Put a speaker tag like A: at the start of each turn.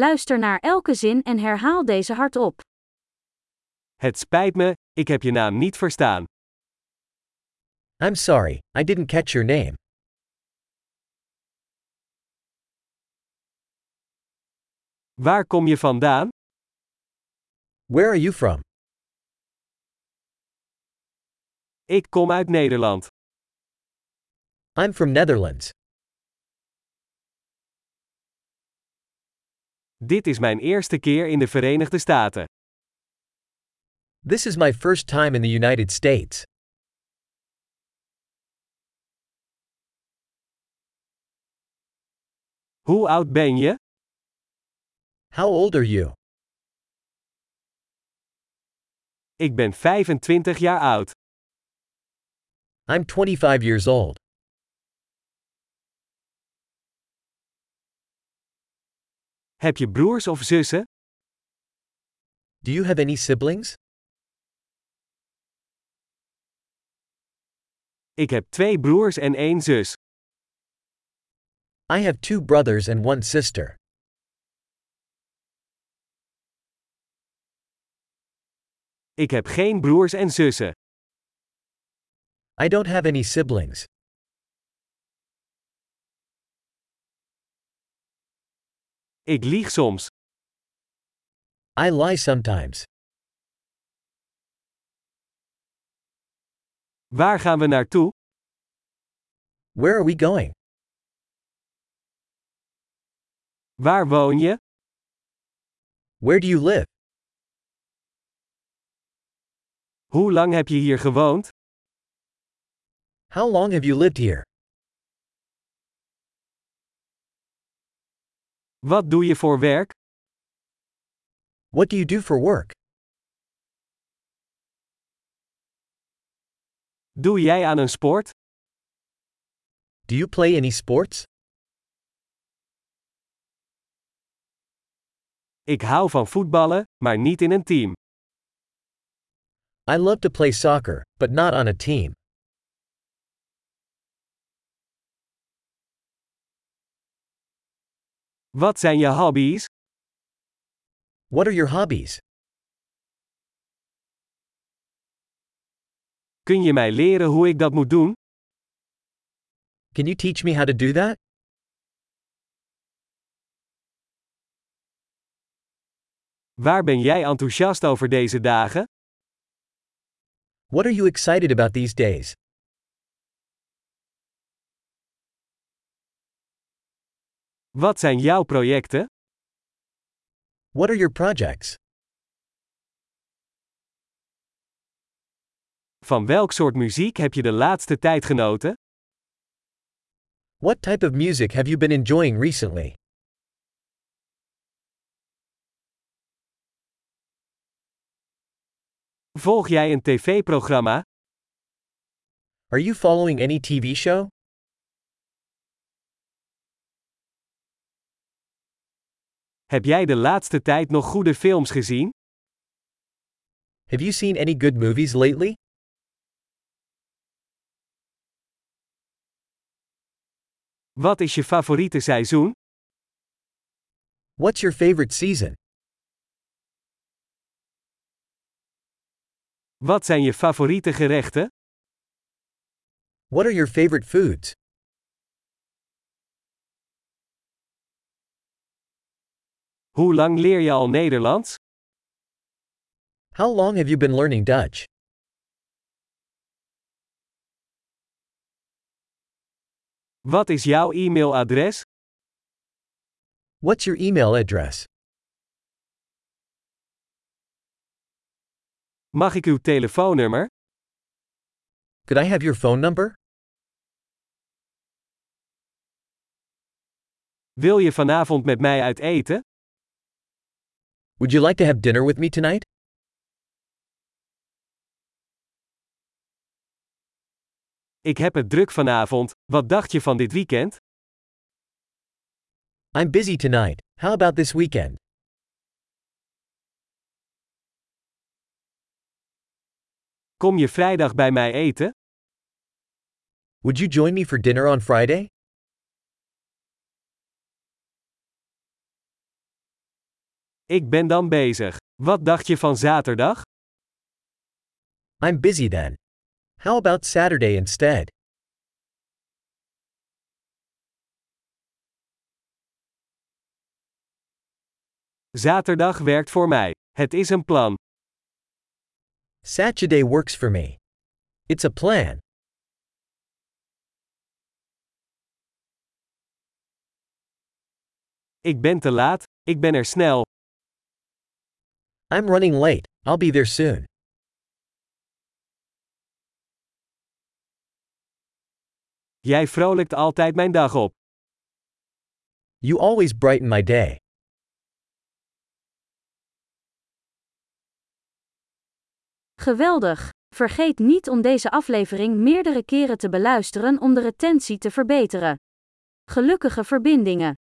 A: Luister naar elke zin en herhaal deze hardop.
B: Het spijt me, ik heb je naam niet verstaan.
C: I'm sorry, I didn't catch your name.
B: Waar kom je vandaan?
C: Where are you from?
B: Ik kom uit Nederland.
C: I'm from Netherlands.
B: Dit is mijn eerste keer in de Verenigde Staten.
C: This is my first time in the United States.
B: Hoe oud ben je?
C: How old are you?
B: Ik ben 25 jaar oud.
C: I'm 25 years old.
B: Heb je broers of zussen?
C: Do you have any siblings?
B: Ik heb twee broers en één zus.
C: I have two brothers and one sister.
B: Ik heb geen broers en zussen.
C: I don't have any siblings.
B: Ik lieg soms.
C: I lie sometimes.
B: Waar gaan we naartoe?
C: Where are we going?
B: Waar woon je?
C: Where do you live?
B: Hoe lang heb je hier gewoond?
C: How long have you lived here?
B: Wat doe je voor werk?
C: What do you do for work?
B: Doe jij aan een sport?
C: Do you play any sports?
B: Ik hou van voetballen, maar niet in een team.
C: I love to play soccer, but not on a team.
B: Wat zijn je hobby's?
C: What are your hobbies?
B: Kun je mij leren hoe ik dat moet doen?
C: Can you teach me how to do that?
B: Waar ben jij enthousiast over deze dagen?
C: What are you excited about these days?
B: Wat zijn jouw projecten?
C: What are your projects?
B: Van welk soort muziek heb je de laatste tijd genoten?
C: What type of music have you been enjoying recently?
B: Volg jij een tv-programma?
C: Are you following any TV show?
B: Heb jij de laatste tijd nog goede films gezien?
C: Have you seen any good movies lately?
B: Wat is je favoriete seizoen?
C: What's your favorite season?
B: Wat zijn je favoriete gerechten?
C: What are your favorite foods?
B: Hoe lang leer je al Nederlands?
C: How long have you been learning Dutch?
B: Wat is jouw e-mailadres?
C: What's your email address?
B: Mag ik uw telefoonnummer?
C: Could I have your phone number?
B: Wil je vanavond met mij uit eten?
C: Would you like to have dinner with me tonight?
B: Ik heb het druk vanavond. Wat dacht je van dit weekend?
C: I'm busy tonight. How about this weekend?
B: Kom je vrijdag bij mij eten?
C: Would you join me for dinner on Friday?
B: Ik ben dan bezig. Wat dacht je van zaterdag?
C: I'm busy then. How about Saturday instead?
B: Zaterdag werkt voor mij. Het is een plan.
C: Saturday works for me. It's a plan.
B: Ik ben te laat, ik ben er snel.
C: I'm running late. I'll be there soon.
B: Jij vrolijkt altijd mijn dag op.
C: You always brighten my day.
A: Geweldig! Vergeet niet om deze aflevering meerdere keren te beluisteren om de retentie te verbeteren. Gelukkige verbindingen!